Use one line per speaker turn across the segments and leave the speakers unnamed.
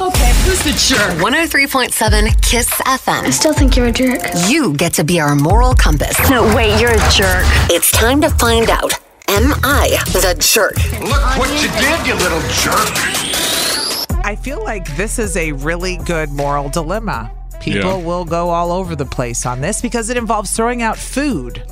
Okay, who's the jerk?
103.7 Kiss FM.
I still think you're a jerk.
You get to be our moral compass.
No, wait, you're a jerk.
It's time to find out Am I the jerk?
Look what you did, you little jerk.
I feel like this is a really good moral dilemma. People
Yeah.
will go all over the place on this because it involves throwing out food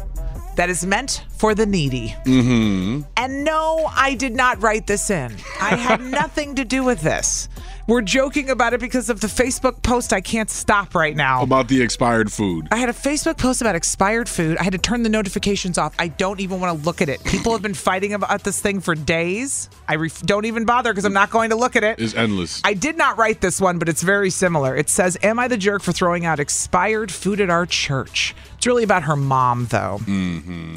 that is meant for the needy. Mm-hmm. And no, I did not write this in. I had nothing to do with this. We're joking about it because of the Facebook post. I can't stop right now.
About the expired food.
I had a Facebook post about expired food. I had to turn the notifications off. I don't even want to look at it. People have been fighting about this thing for days. I ref- don't even bother because I'm not going to look at it.
Is endless.
I did not write this one, but it's very similar. It says, Am I the jerk for throwing out expired food at our church? It's really about her mom, though.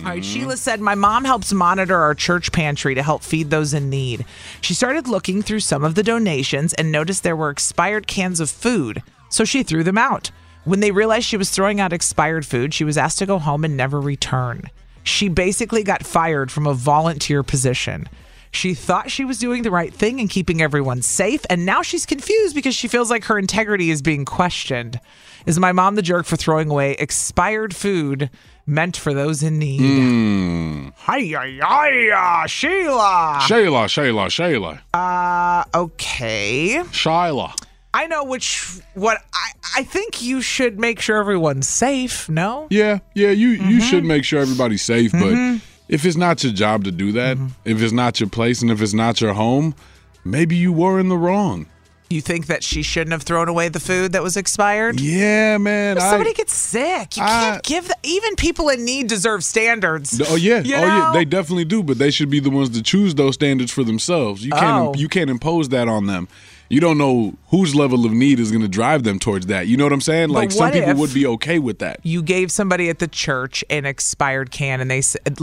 All right, Sheila said, My mom helps monitor our church pantry to help feed those in need. She started looking through some of the donations and noticed there were expired cans of food, so she threw them out. When they realized she was throwing out expired food, she was asked to go home and never return. She basically got fired from a volunteer position. She thought she was doing the right thing and keeping everyone safe, and now she's confused because she feels like her integrity is being questioned. Is my mom the jerk for throwing away expired food meant for those in need? Hiya, hiya, uh, Sheila. Uh,
Shayla, Shayla, Shayla.
Okay,
Shyla.
I know which. What I I think you should make sure everyone's safe. No,
Yeah, yeah, you,
Mm-hmm.
you should make sure everybody's safe, but if it's not your job to do that,
Mm-hmm.
if it's not your place and if it's not your home, maybe you were in the wrong.
you think that she shouldn't have thrown away the food that was expired.
Yeah, man.
If
I-
somebody gets sick, you can't
I-
give. The, even people in need deserve standards.
Oh yeah,
You
oh yeah,
know?
they definitely do, but they should be the ones to choose those standards for themselves. You can't
Oh.
you can't impose that on them. You don't know whose level of need is going to drive them towards that. You know what I'm saying? Like some
what
people
if-
would be okay with that.
you gave somebody at the church an expired can and they said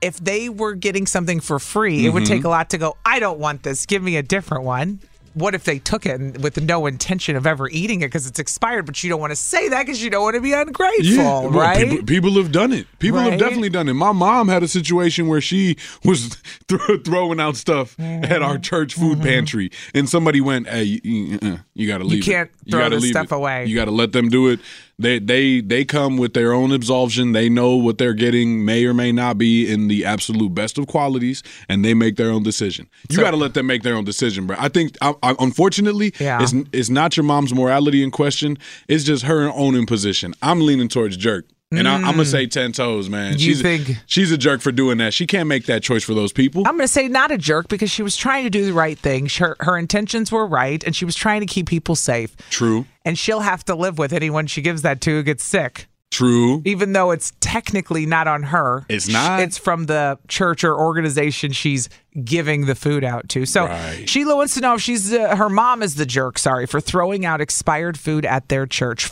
if they were getting something for free it
Mm-hmm.
would take a lot to go i don't want this give me a different one what if they took it and- with no intention of ever eating it because it's expired but you don't want to say that because you don't want to be ungrateful
well,
right
People, people have done it. People
Right?
have definitely done it. My mom had a situation where she was thro- throwing out stuff
Mm-hmm.
at our church food pantry, and somebody went, "Hey, you- you, uh-uh, you got to leave.
can't
it.
throw
gotta
this
leave
stuff
it.
away."
You got to let them do it. They they they come with their own absolution. They know what they're getting may or may not be in the absolute best of qualities, and they make their own decision. You got to let them make their own decision, bro. I think, I, I, unfortunately,
Yeah.
it's it's not your mom's morality in question. It's just her own imposition. I'm leaning towards jerk. And I, I'm gonna say ten toes, man.
Mm. You
she's
think-
she's a jerk for doing that. She can't make that choice for those people.
I'm going to say not a jerk because she was trying to do the right thing. Her, her intentions were right, and she was trying to keep people safe.
true,
And she'll have to live with anyone she gives that to who gets sick.
true.
even though it's technically not on her.
It's not?
It's from the church or organization she's giving the food out to. So Sheila wants to know if she's uh, her mom is the jerk. Sorry for throwing out expired food at their church.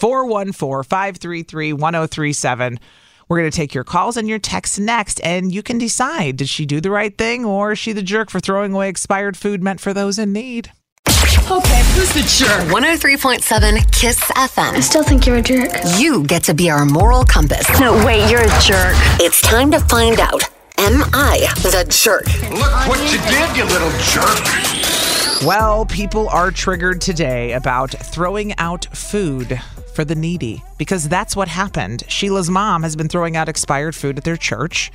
414-533-1037. We're going to take your calls and your texts next, and you can decide did she do the right thing or is she the jerk for throwing away expired food meant for those in need?
Okay, who's the jerk?
103.7 Kiss
I
FM.
still think you're a jerk.
You get to be our moral compass.
No, wait, you're a jerk.
It's time to find out Am I the jerk?
Look what you did, you little jerk.
Well, people are triggered today about throwing out food for the needy because that's what happened. Sheila's mom has been throwing out expired food at their church.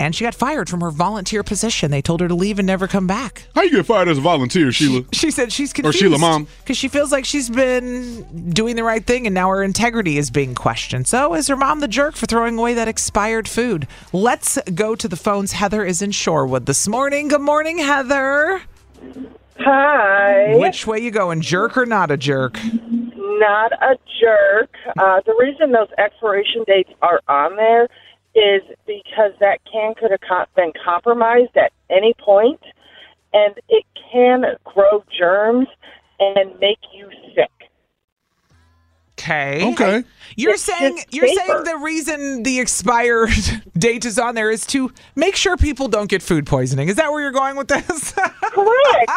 and she got fired from her volunteer position. They told her to leave and never come back.
How you get fired as a volunteer, Sheila?
She said she's
Or
confused.
Sheila, Mom.
Because she feels like she's been doing the right thing and now her integrity is being questioned. So is her mom the jerk for throwing away that expired food? Let's go to the phones. Heather is in Shorewood this morning. Good morning, Heather.
Hi.
Which way you going, jerk or not a jerk?
Not a jerk. Uh, the reason those expiration dates are on there is because that can could have co- been compromised at any point, and it can grow germs and make you sick.
Okay.
Okay.
You're
It's
saying
just
you're
paper.
saying the reason the expired date is on there is to make sure people don't get food poisoning. Is that where you're going with this?
Correct.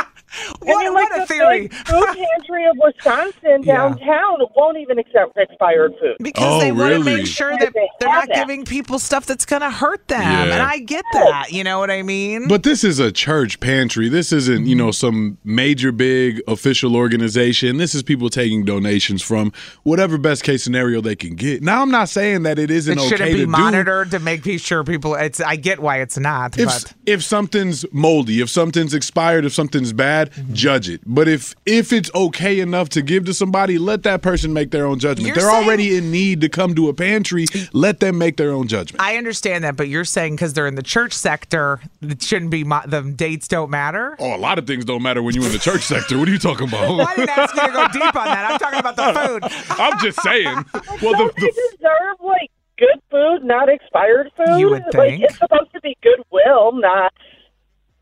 what
then,
what
the
a theory.
big food pantry of Wisconsin
Yeah.
downtown won't even accept expired food.
Because
Oh,
they want to
really?
make sure
Because
that
they
they're not
have that.
giving people stuff that's going to hurt them.
Yeah.
And I get that. You know what I mean?
But this is a church pantry. This isn't, you know, some major big official organization. This is people taking donations from whatever best case scenario they can get. Now, I'm not saying that it isn't
it shouldn't
okay
be
to do.
monitored to make pe- sure people. It's I get why it's not.
If,
but
if something's moldy, if something's expired, if something's bad,
Mm-hmm.
judge it. But if if it's okay enough to give to somebody, let that person make their own judgment.
You're
They're
saying-
already in need to come to a pantry. Let them make their own judgment.
I understand that, but you're saying because they're in the church sector, it shouldn't be mo- the dates don't matter.
oh, a lot of things don't matter when you're in the church sector. What are you talking about?
Well, I didn't ask you to go deep on that. I'm talking about the food.
I'm just saying. Well,
Don't they deserve like good food, not expired food?
You would
Like
think.
it's supposed to be goodwill, not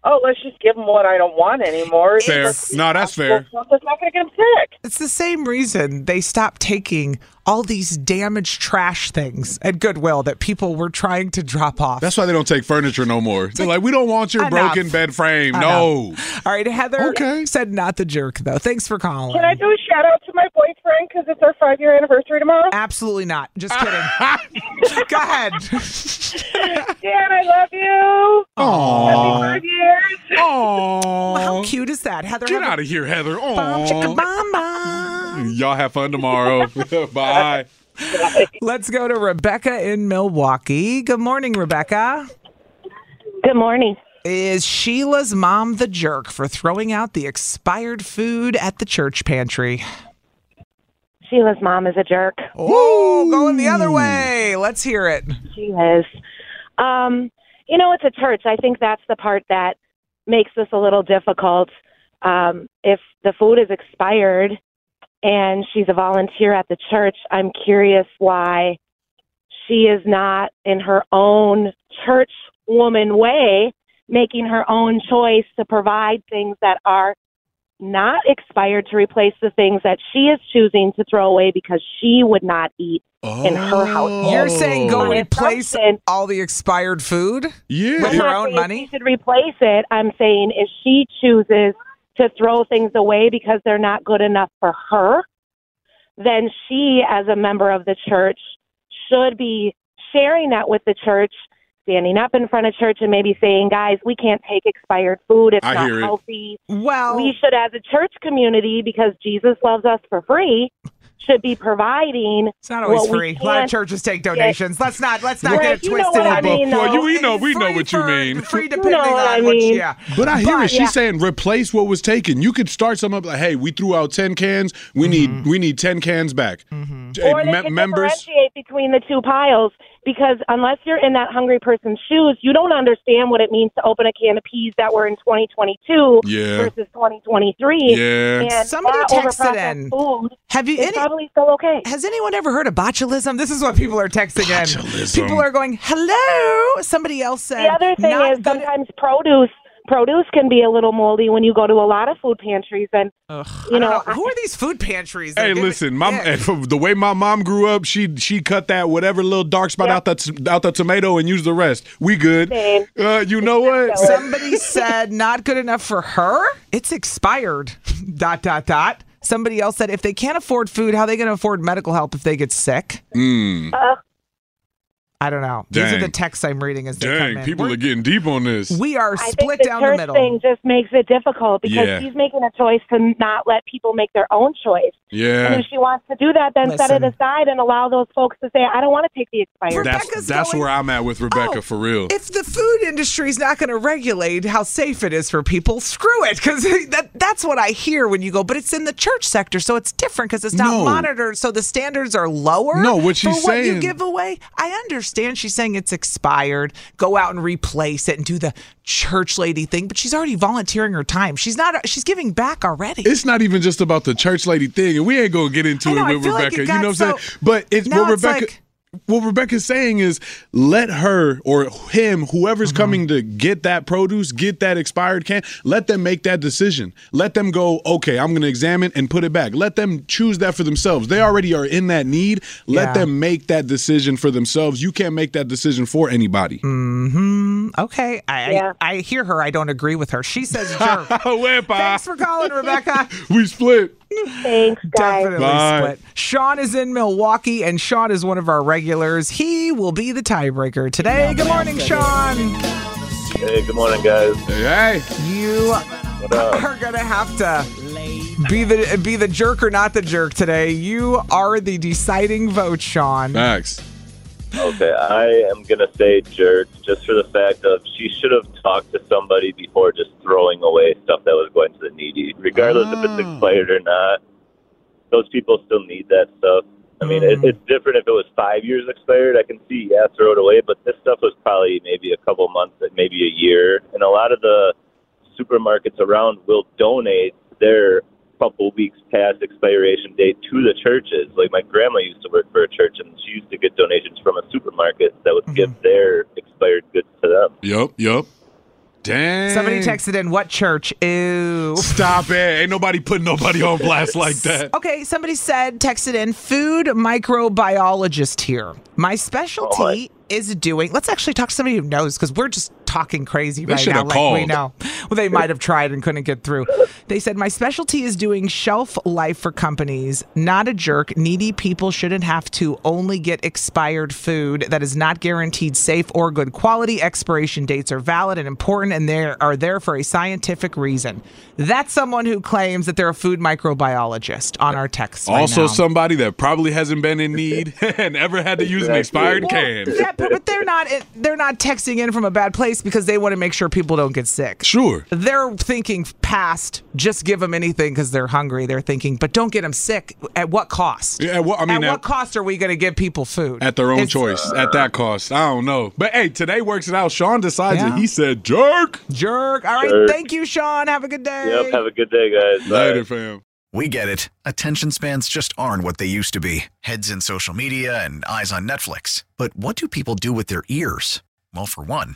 oh, let's just give them what I don't want anymore. It's
Fair.
just-
No, that's fair.
Well, That's not going to get them sick.
It's the same reason they stopped taking all these damaged trash things at Goodwill that people were trying to drop off.
That's why they don't take furniture no more. They're like, we don't want your
Enough.
broken bed frame.
I
No.
know. All right, Heather
Okay.
said not the jerk though. Thanks for calling.
Can I do a shout out to my boyfriend because it's our five year anniversary tomorrow?
Absolutely not. Just kidding. Go ahead.
Dan, I love you.
Uh,
Happy five years.
How
Aww.
cute is that, Heather?
Get
have a-
out of here, Heather.
Bum, chicka,
Aww.
bum, bum.
Y'all have fun tomorrow. Bye.
Let's go to Rebecca in Milwaukee. Good morning, Rebecca.
Good morning.
Is Sheila's mom the jerk for throwing out the expired food at the church pantry?
Sheila's mom is a jerk.
Oh, going the
Hmm.
other way. Let's hear it.
She is. Um, you know, it's a church. I think that's the part that makes this a little difficult. Um, if the food is expired and she's a volunteer at the church, I'm curious why she is not in her own church woman way making her own choice to provide things that are not expired to replace the things that she is choosing to throw away because she would not eat in her house.
You're saying go
Oh. It's
replace
something.
all the expired food?
Yeah.
With
I'm
her
not
own
saying
money?
She should replace it. I'm saying if she chooses to throw things away because they're not good enough for her, then she, as a member of the church, should be sharing that with the church, standing up in front of church and maybe saying, guys, we can't take expired food. It's
I
not
hear it.
healthy.
Well,
We should, as a church community, because Jesus loves us for free, should be providing.
it's not always
what we
free. A lot of
can't
churches take donations. Let's not let's not
Well,
get it
you know
twisted.
what I
up.
mean, though.
Well, you- we know- we know
Free
what you
for-
mean.
Free
You know
depending
what
on
I
which,
mean.
yeah.
But I hear it. She's
yeah.
saying replace what was taken. You could start something up like, hey, we threw out ten cans. We need we need ten cans back. Hey,
Mm-hmm. Or they
mem-
can differentiate between the two piles because unless you're in that hungry person's shoes, you don't understand what it means to open a can of peas that were in 2022
Yeah.
versus 2023.
Yeah.
And
Somebody
that
texted
overprocessed
in.
Food
Have you
is
any,
probably still okay.
Has anyone ever heard of botulism? This is what people are texting
Botulism.
in. People are going, "Hello." Somebody else said,
The other thing
"Not
is
good at-
sometimes produce produce can be a little moldy when you go to a lot of food pantries and you
I
know,
don't know. who are these food pantries?" that
Hey,
are giving-
listen, my
Yeah.
the way my mom grew up, she she cut that whatever little dark spot out that out the tomato and used the rest. We good.
Same.
Uh, you know what?
So-
Somebody said not good enough for her. It's expired. dot dot dot. Somebody else said if they can't afford food, how are they going to afford medical help if they get sick?
Uh,
I I don't know. These are
Hmm. Dang.
the texts I'm reading as they come
Dang,
in.
people are getting deep on this.
We are
I
split
think the
down
church
the middle.
thing just makes it difficult because
Yeah.
he's making a choice to not let people make their own choice. And
Yeah.
if she wants to do that, then set it
Listen.
aside and allow those folks to say, "I don't want to take the expired."
That's that's where I'm at with Rebecca for real.
Oh, if the food industry's not going to regulate how safe it is for people, screw it. Because that, that's what I hear when you go, but it's in the church sector, so it's different because it's not
No.
monitored. So the standards are lower.
No, what she's
for What you
saying-
give away. I understand she's saying it's expired. Go out and replace it and do the church lady thing, but she's already volunteering her time. She's not, she's giving back already.
It's not even just about the church lady thing, and we ain't gonna get into
I know,
it
I
with
feel like
Rebecca.
it
you
got
know what I'm
so-
saying? But it's
Now
what
it's
Rebecca.
like-
what Rebecca's saying is let her or him, whoever's
Mm-hmm.
coming to get that produce, get that expired can, let them make that decision. Let them go, okay, I'm going to examine and put it back. Let them choose that for themselves. They already are in that need. Let
Yeah.
them make that decision for themselves. You can't make that decision for anybody.
hmm Okay. I,
Yeah.
I, I hear her. I don't agree with her. She says jerk. Thanks for calling, Rebecca.
Oh, we split.
Thanks, guys.
Definitely
Bye.
split. Sean is in Milwaukee, and Sean is one of our regulars. He will be the tiebreaker today. Good morning, Sean.
Hey, good morning, guys.
Hey.
You
up?
are gonna have to be the be the jerk or not the jerk today. You are the deciding vote, Sean.
Facts.
Okay, I am gonna say jerk just for the fact of she should have talked to somebody before just throwing away stuff that was going to the needy, regardless if it's
Ah.
expired or not. Those people still need that stuff. I mean, it,
Hmm.
it's different if it was five years expired. I can see, yeah, throw it away, but this stuff was probably maybe a couple months, maybe a year. And a lot of the supermarkets around will donate their couple weeks past expiration date to the churches. Like my grandma used to work for a church, and she used to get donations from a supermarket that would
Mm-hmm.
give their expired goods to them.
Yep, yep. Dang.
Somebody texted in what church? Ew.
Stop it. Ain't nobody putting nobody on blast like that.
Okay, somebody said, texted in, food microbiologist here. My specialty is doing, let's actually talk to somebody who knows because we're just talking crazy
They
right
should
now.
have
Like we
called.
know. Well, they might have tried and couldn't get through. They said, My specialty is doing shelf life for companies. Not a jerk. Needy people shouldn't have to only get expired food that is not guaranteed safe or good quality. Expiration dates are valid and important and they are there for a scientific reason. That's someone who claims that they're a food microbiologist on our text. right
also,
now.
somebody that probably hasn't been in need and ever had to use an expired can.
Yeah, but, but they're not they're not texting in from a bad place because they want to make sure people don't get sick.
Sure.
They're thinking past just give them anything because they're hungry. They're thinking, but don't get them sick. At what cost?
Yeah, at what- I mean,
at,
at-
what cost are we going to give people food?
At their own
It's- uh,
choice, at that cost. I don't know. But hey, today works it out. Sean decides
Yeah.
it. He said, jerk.
Jerk. All right.
Jerk.
Thank you, Sean. Have a good day.
Yep, have a good day, guys.
Later, fam.
We get it. Attention spans just aren't what they used to be heads in social media and eyes on Netflix. But what do people do with their ears? Well, for one,